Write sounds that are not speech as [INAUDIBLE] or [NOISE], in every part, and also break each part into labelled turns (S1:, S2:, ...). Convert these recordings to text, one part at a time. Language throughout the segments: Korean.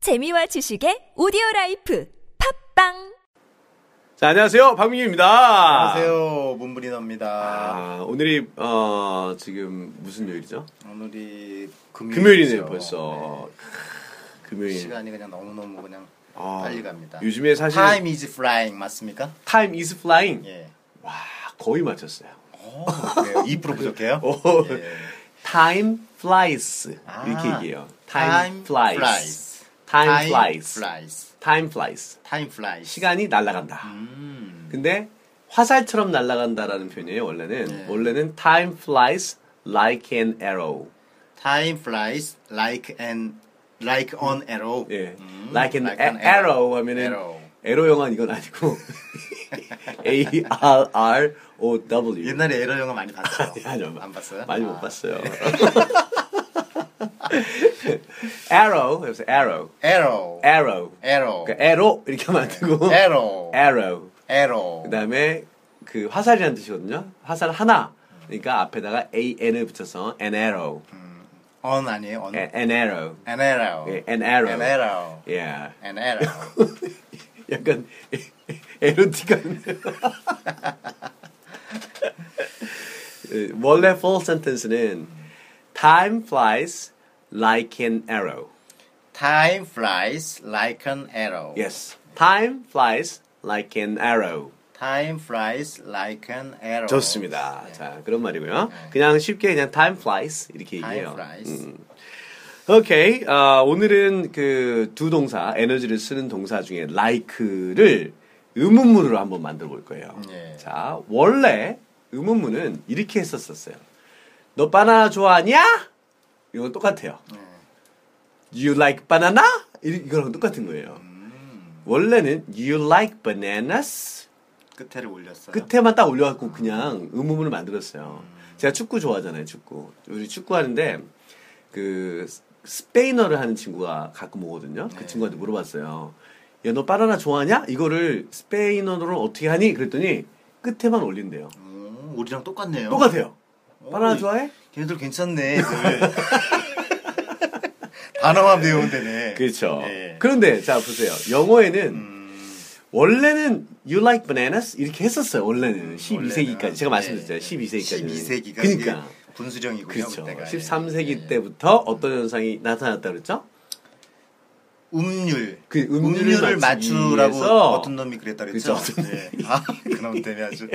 S1: 재미와 지식의 오디오 라이프 팝빵
S2: 자, 안녕하세요. 박민규입니다.
S3: 안녕하세요, 문브리너입니다.
S2: 아, 오늘이, 어, 지금 무슨 요일이죠?
S3: 네, 오늘이
S2: 금요일이네요,
S3: 금요일이죠.
S2: 벌써. 크,
S3: 그렇죠. 네.
S2: 금요일.
S3: 시간이 그냥 너무 너무 그냥
S2: 아,
S3: 빨리 갑니다.
S2: 요즘에 사실
S3: Time is flying 맞습니까?
S2: 타임 이즈 플라잉.
S3: 예.
S2: 와, 아, 거의 맞췄어요.
S3: 오,
S2: [LAUGHS]
S3: 그래요. 2% 부족해요?
S2: 오. [LAUGHS]
S3: 예.
S2: 타임 플라이스.
S3: 아,
S2: 이렇게 얘기해요. 타임
S3: time
S2: 플라이스.
S3: flies.
S2: 타임
S3: flies.
S2: 플라이스. 타임 플라이스.
S3: Time flies.
S2: 시간이 날아간다.
S3: 음.
S2: 근데 화살처럼 날아간다라는 표현이에요, 원래는.
S3: 네.
S2: 원래는 time flies like an arrow.
S3: Time flies like an like on arrow.
S2: 예.
S3: 음,
S2: like an, a- arrow. 하면은
S3: arrow.
S2: 에로 영화는 이건 아니고 [LAUGHS] A R R O W.
S3: 옛날에 에러 영화 많이 봤어요.
S2: [LAUGHS] 아니요.
S3: 안 봤어요?
S2: 많이 못
S3: 아.
S2: 봤어요. [LAUGHS] arrow. 그래서 arrow.
S3: Arrow.
S2: arrow.
S3: Arrow.
S2: 그러니까 arrow 이렇게 만들고 [LAUGHS]
S3: Arrow.
S2: arrow. 네.
S3: Arrow.
S2: 그다음에 그 화살이라는 뜻이거든요. 화살 하나. 그러니까 앞에다가 a n을 붙여서 an arrow.
S3: 음. On 아니에요? On.
S2: a- an arrow.
S3: An arrow.
S2: 예, 네. an arrow. 예.
S3: An arrow.
S2: Yeah.
S3: An arrow.
S2: 약간 에로틱한. 예, 원래 full sentence는 time flies like an arrow.
S3: Time flies like an arrow.
S2: Yes. Time flies like an arrow.
S3: Time flies like an arrow.
S2: 좋습니다.
S3: 예.
S2: 자, 그런 말이고요. 그냥 쉽게 그냥 time flies 이렇게
S3: Time
S2: 얘기해요. 음.
S3: flies.
S2: 오케이. 아, 오늘은 그 두 동사, 에너지를 쓰는 동사 중에 like를 의문문으로 한번 만들어 볼 거예요.
S3: 예.
S2: 자, 원래 의문문은 이렇게 했었었어요. 너 바나나 좋아하냐? 이건 똑같아요. You like banana? 이- 이거랑 똑같은 거예요. 원래는 you like bananas?
S3: 끝에를 올렸어요.
S2: 끝에만 딱 올려갖고 그냥 음음을 만들었어요. 제가 축구 좋아하잖아요, 축구. 우리 축구하는데 그 스페인어를 하는 친구가 가끔 오거든요. 그 친구한테 물어봤어요. 야, 너 바나나 좋아하냐? 이거를 스페인어로 어떻게 하니? 그랬더니 끝에만 올린대요.
S3: 오, 음, 우리랑 똑같네요.
S2: 똑같아요.
S3: 오,
S2: 바나나 좋아해? [LAUGHS]
S3: 걔네들 괜찮네. 늘. 단어만 배우면 되네.
S2: 그렇죠.
S3: 예.
S2: 그런데 자 보세요. 영어에는
S3: 음,
S2: 원래는 you like bananas 이렇게 했었어요. 음, 원래는 12세기까지 제가 말씀드렸잖아요.
S3: 예, 예.
S2: 12세기까지.
S3: 12세기가
S2: 그러니까
S3: 이게 분수령이군요.
S2: 그렇죠.
S3: 그때가.
S2: 13세기
S3: 예.
S2: 때부터 어떤 현상이 나타났다 그랬죠?
S3: 아, 음률.
S2: 그 음률을 맞추기
S3: 맞추라고
S2: 위해서
S3: 어떤 놈이 그랬다 그랬죠.
S2: 그쵸, 어떤 예.
S3: 예. 아, 그놈 때문에
S2: [LAUGHS]
S3: 아주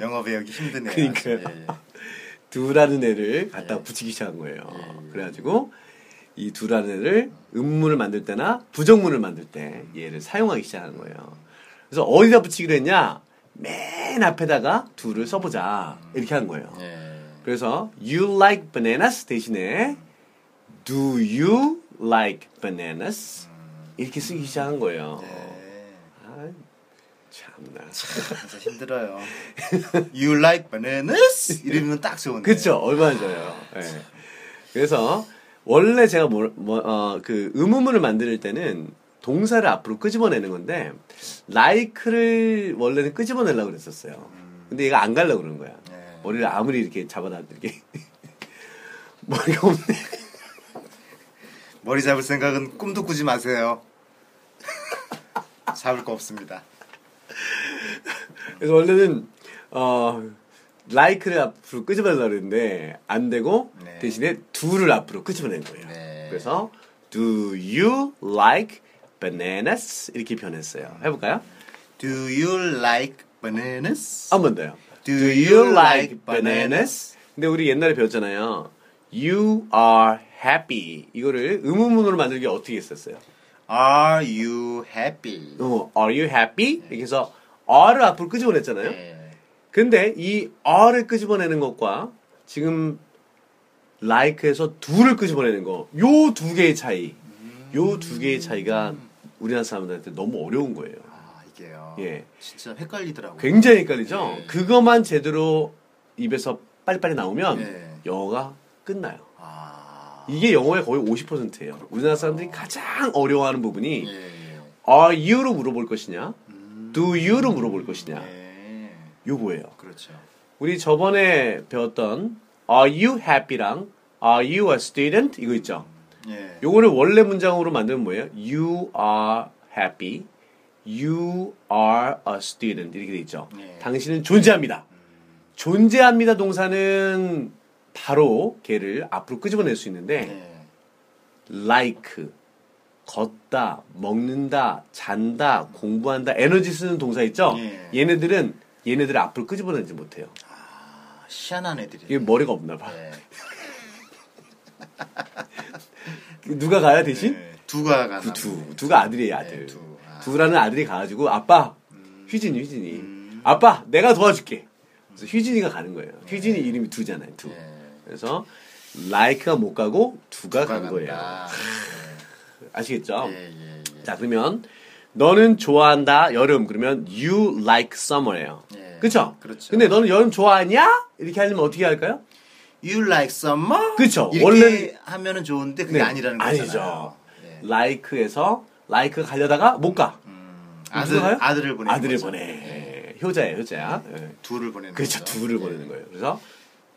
S3: 영어 배우기 힘드네요. 네.
S2: 그러니까요.
S3: 아주. 예, 예.
S2: [LAUGHS] 두라는 애를 갖다 붙이기 시작한 거예요.
S3: 네.
S2: 그래가지고 이 두라는 애를 음문을 만들 때나 부정문을 만들 때 얘를 사용하기 시작한 거예요. 그래서 어디다 붙이기로 했냐? 맨 앞에다가 두를 써보자 이렇게 한 거예요.
S3: 예.
S2: 그래서 you like bananas 대신에 do you like bananas 이렇게 쓰기 시작한 거예요.
S3: 예.
S2: 아, 참나.
S3: 진짜 힘들어요. You like bananas? 이러면 딱 좋은데.
S2: 그쵸 얼마나 좋아요. 예. 그래서 원래 제가 뭐, 뭐, 어, 그 의문문을 만들 때는 동사를 앞으로 끄집어내는 건데 like를 원래는 끄집어내려고 그랬었어요. 근데 얘가 안 가려고 그러는 거야.
S3: 네.
S2: 머리를 아무리 이렇게 잡아놔도 이렇게 [LAUGHS] 머리가 없네.
S3: 머리 잡을 생각은 꿈도 꾸지 마세요. 잡을 거 없습니다.
S2: 그래서 원래는 어 라이크를 앞으로 끄집어내려고 했는데 안 되고
S3: 네.
S2: 대신에 두를 앞으로 끄집어낸 거예요.
S3: 네.
S2: 그래서 Do you like bananas 이렇게 변했어요. 해볼까요?
S3: Do you like bananas?
S2: 한 번 더요.
S3: Do you like bananas?
S2: 근데 우리 옛날에 배웠잖아요. You are happy 이거를 의문문으로 만들기 어떻게 했었어요?
S3: Are you happy?
S2: 어, Are you happy? 이렇게 해서 are를 앞으로 끄집어냈잖아요.
S3: 예.
S2: 근데 이 R을 끄집어내는 것과 지금 like에서 do를 끄집어내는 거, 요 두 개의 차이, 요 두 개의 차이가 우리나라 사람들한테 너무 어려운 거예요.
S3: 아, 이게요.
S2: 예.
S3: 진짜 헷갈리더라고요.
S2: 굉장히 헷갈리죠?
S3: 예.
S2: 그것만 제대로 입에서 빨리빨리 나오면
S3: 예.
S2: 영어가 끝나요.
S3: 아.
S2: 이게 영어의 거의 50%예요. 우리나라 사람들이 가장 어려워하는 부분이
S3: 예, 예.
S2: Are you로 물어볼 것이냐, Do you로 물어볼 것이냐,
S3: 예.
S2: 요거예요.
S3: 그렇죠.
S2: 우리 저번에 배웠던 Are you happy랑 Are you a student 이거 있죠?
S3: 예.
S2: 요거를 원래 문장으로 만들면 뭐예요? You are happy. You are a student. 이렇게 돼 있죠.
S3: 예.
S2: 당신은 존재합니다. 존재합니다 동사는 바로 걔를 앞으로 끄집어낼 수 있는데
S3: 예.
S2: like 걷다, 먹는다, 잔다, 공부한다, 에너지 쓰는 동사 있죠?
S3: 예.
S2: 얘네들은 얘네들 앞으로 끄집어내지 못해요.
S3: 아, 희한한 애들이.
S2: 이게 머리가 없나 봐.
S3: 예.
S2: 누가 가야 대신?
S3: 예. 두가 가.
S2: 그 두, 두가 아들이에요, 아들.
S3: 네, 두. 아. 음.
S2: 라는 아들이 가가지고, 아빠, 휘진이, 휘진이. 아빠, 내가 도와줄게.
S3: 음.
S2: 그래서 휘진이가 가는 거예요.
S3: 네.
S2: 휘진이 이름이 두잖아요, 두.
S3: 예.
S2: 그래서, like가 못 가고, 두가
S3: 두가
S2: 간 거예요.
S3: 간다.
S2: 아시겠죠?
S3: 예, 예, 예.
S2: 자, 그러면, 너는 좋아한다, 여름. 그러면, you like summer예요.
S3: 예.
S2: 그쵸?
S3: 그렇죠.
S2: 근데 너는 여름 좋아하냐? 이렇게 하려면 어떻게 할까요?
S3: You like summer?
S2: 그쵸.
S3: 이렇게
S2: 원래는-
S3: 하면은 좋은데 그게
S2: 네,
S3: 아니라는 거잖아요.
S2: 아니죠.
S3: 예.
S2: like에서, like 가려다가 못 가.
S3: 아들
S2: 가요?
S3: 아들을 네. 보내.
S2: 아들을 보내. 효자예요, 효자야. 예.
S3: 둘을 보내는
S2: 그렇죠.
S3: 거죠.
S2: 둘을 보내는 거예요. 그래서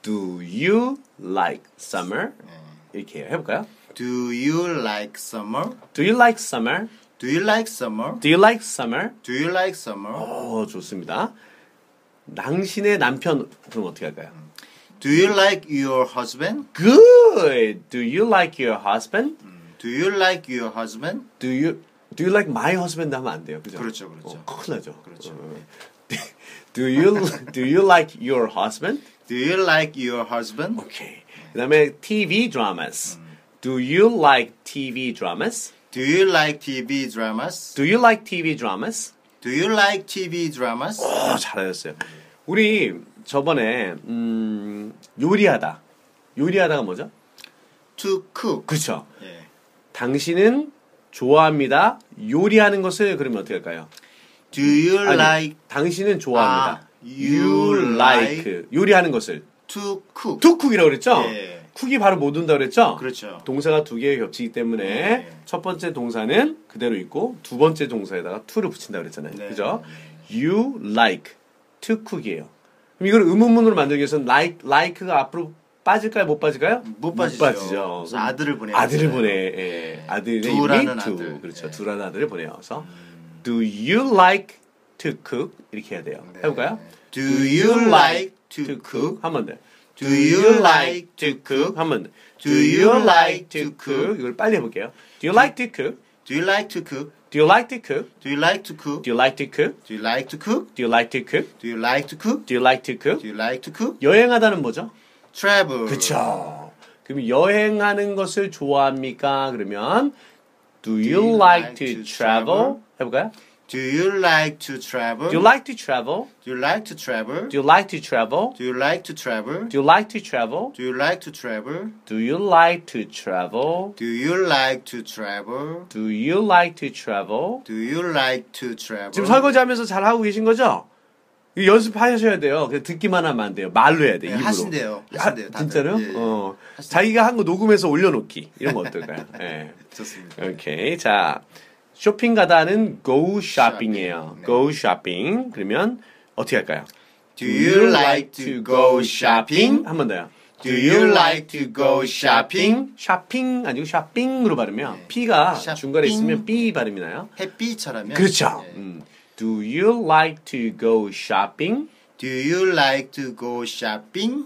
S2: Do you like summer?
S3: 예.
S2: 이렇게 해볼까요?
S3: Do you like summer?
S2: Do you like summer?
S3: Do you like summer?
S2: Do you like summer?
S3: Do you like summer?
S2: 오 좋습니다. 당신의 남편 그럼 어떻게 할까요?
S3: 음. Do you like your husband?
S2: Good. Do you like your husband?
S3: Do you like your husband?
S2: Do you Do you like my husband 하면 안 돼요. 그죠?
S3: 그렇죠, 그렇죠.
S2: 어, 큰일 나죠.
S3: 그렇죠.
S2: 어. [LAUGHS] Do you Do you like your husband?
S3: Do you like your husband?
S2: 오케이. 그다음에 TV dramas. Do you like TV dramas?
S3: Do you like TV dramas?
S2: Do you like TV dramas?
S3: Do you like TV dramas?
S2: 어, 잘하셨어요. 우리 저번에 음, 요리하다. 요리하다가 뭐죠?
S3: To cook.
S2: 그렇죠.
S3: 예.
S2: 당신은 좋아합니다. 요리하는 것을 그러면 어떻게 할까요?
S3: Do you
S2: 아니,
S3: like
S2: 당신은 좋아합니다.
S3: 아, you like
S2: 요리하는 것을
S3: to cook?
S2: 투쿡이라고 그랬죠?
S3: 예.
S2: 쿡이 바로 못 온다 그랬죠?
S3: 그렇죠.
S2: 동사가 두 개에 겹치기 때문에
S3: 네.
S2: 첫 번째 동사는 그대로 있고 두 번째 동사에다가 to를 붙인다 그랬잖아요.
S3: 네.
S2: 그죠? You like to cook이에요. 그럼 이걸 의문문으로 만들기 위해서는 like, like가 앞으로 빠질까요? 못 빠질까요?
S3: 못 빠지죠. 그래서 아들을 보내요.
S2: 아들을 보내. 예. 아들의
S3: 두라는
S2: 이름이 두.
S3: 아들. 음.
S2: 그렇죠.
S3: 예.
S2: 두라는 아들을 보내요. 그래서 Do you like to cook? 이렇게 해야 돼요.
S3: 네.
S2: 해볼까요?
S3: Do you like to cook?
S2: 한번 더.
S3: Do you like to cook?
S2: 한번 더.
S3: Do you like to cook?
S2: 이걸 빨리 해볼게요. Do you like to cook?
S3: Do you like to cook?
S2: Do you like to cook?
S3: Do you like to cook?
S2: Do you like to cook?
S3: Do you like to cook?
S2: Do you like to cook?
S3: Do you like to cook?
S2: Do you like to
S3: Do
S2: cook?
S3: you like to cook?
S2: 여행하다는 뭐죠?
S3: Travel.
S2: 그쵸. 그럼 여행하는 것을 좋아합니까? 그러면 Do you like to travel? 해볼까요?
S3: Do you like to travel?
S2: Do you like to travel?
S3: Do you like to travel?
S2: Do you like to travel?
S3: Do you like to travel?
S2: Do you like to travel?
S3: Do you like to travel?
S2: Do you like to travel?
S3: Do you like to
S2: Do you like to travel?
S3: travel? Do you like to travel?
S2: 지금 설거지하면서 잘 하고 계신 거죠? 이거 연습하셔야 돼요. 그냥 듣기만 하면 안 돼요. 말로 해야 돼.
S3: 네,
S2: 입으로.
S3: 하신대요.
S2: 야,
S3: 하신대요, 다들.
S2: 진짜로?
S3: 예, 예.
S2: 어. 자기가 한 거 녹음해서 올려놓기 이런 거
S3: [LAUGHS]
S2: 어떨까요? 예.
S3: 좋습니다.
S2: 오케이. 자, 쇼핑 가다는 go shopping이에요.
S3: 쇼핑, 네.
S2: go shopping. 그러면 어떻게 할까요?
S3: Do you like to go shopping?
S2: 한 번 더요.
S3: Do you like to go shopping?
S2: 쇼핑 아니고 쇼핑으로 발음이요.
S3: 네.
S2: P가
S3: 쇼핑.
S2: 중간에 있으면 B 발음이 나요.
S3: 햇빛처럼요.
S2: 그렇죠.
S3: 예.
S2: 음. Do you like to go shopping?
S3: Do you like to go shopping?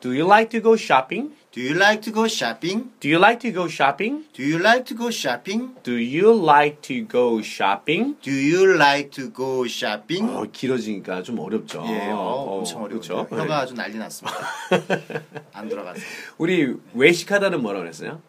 S2: Do you like to go shopping?
S3: Do you like to go shopping?
S2: Do you like to go shopping?
S3: Do you like to go shopping?
S2: Do you like to go shopping?
S3: Do you like to go shopping?
S2: 어, 길어지니까 좀 어렵죠.
S3: 예, 어, 예. 엄청
S2: 어,
S3: 어려워요.
S2: 그렇죠?
S3: 혀가 아주 난리 [LAUGHS] 났습니다. 안 돌아가서.
S2: 우리 외식하다는 뭐라고 그랬어요?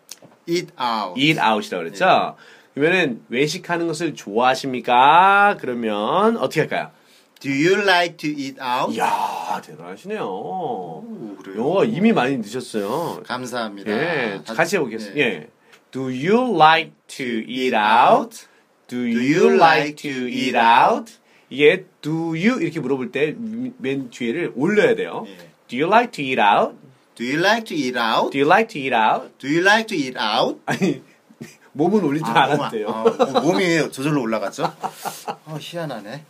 S3: Eat out.
S2: eat out이라고 그랬죠?
S3: 네.
S2: 그러면은 외식하는 것을 좋아하십니까? 그러면 어떻게 할까요?
S3: Do you like to eat out?
S2: 이야, 대단하시네요.
S3: 그래요? 아,
S2: 영어 이미 많이 늦었어요.
S3: 감사합니다.
S2: 예,
S3: 다-
S2: 같이 해보겠습니다.
S3: 예.
S2: 예. Do you like to eat out? Do you like to eat out? 이게 do you 이렇게 물어볼 때 맨 뒤에를 올려야 돼요.
S3: 예.
S2: Do you like to eat out?
S3: Do you like to eat out?
S2: Do you like to eat out? [LAUGHS]
S3: Do you like to eat out?
S2: 아니 몸은 올리지 않았대요. [LAUGHS]
S3: 아, 어, 몸이 저절로 올라갔죠? 어, 희한하네.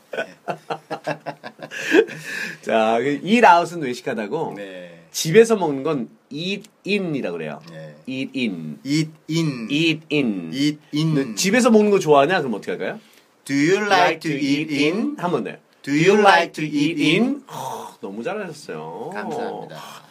S2: 자, 그 eat out은 외식하다고
S3: 네.
S2: 집에서 먹는 건 eat in이라고 그래요.
S3: 예.
S2: eat in.
S3: eat in
S2: eat in.
S3: eat in
S2: 집에서 먹는 거 좋아하냐? 그럼 어떻게 할까요?
S3: do you like to eat in
S2: 한번 더요.
S3: Do you like to eat in?
S2: 허, 너무 아, 잘하셨어요.
S3: 감사합니다.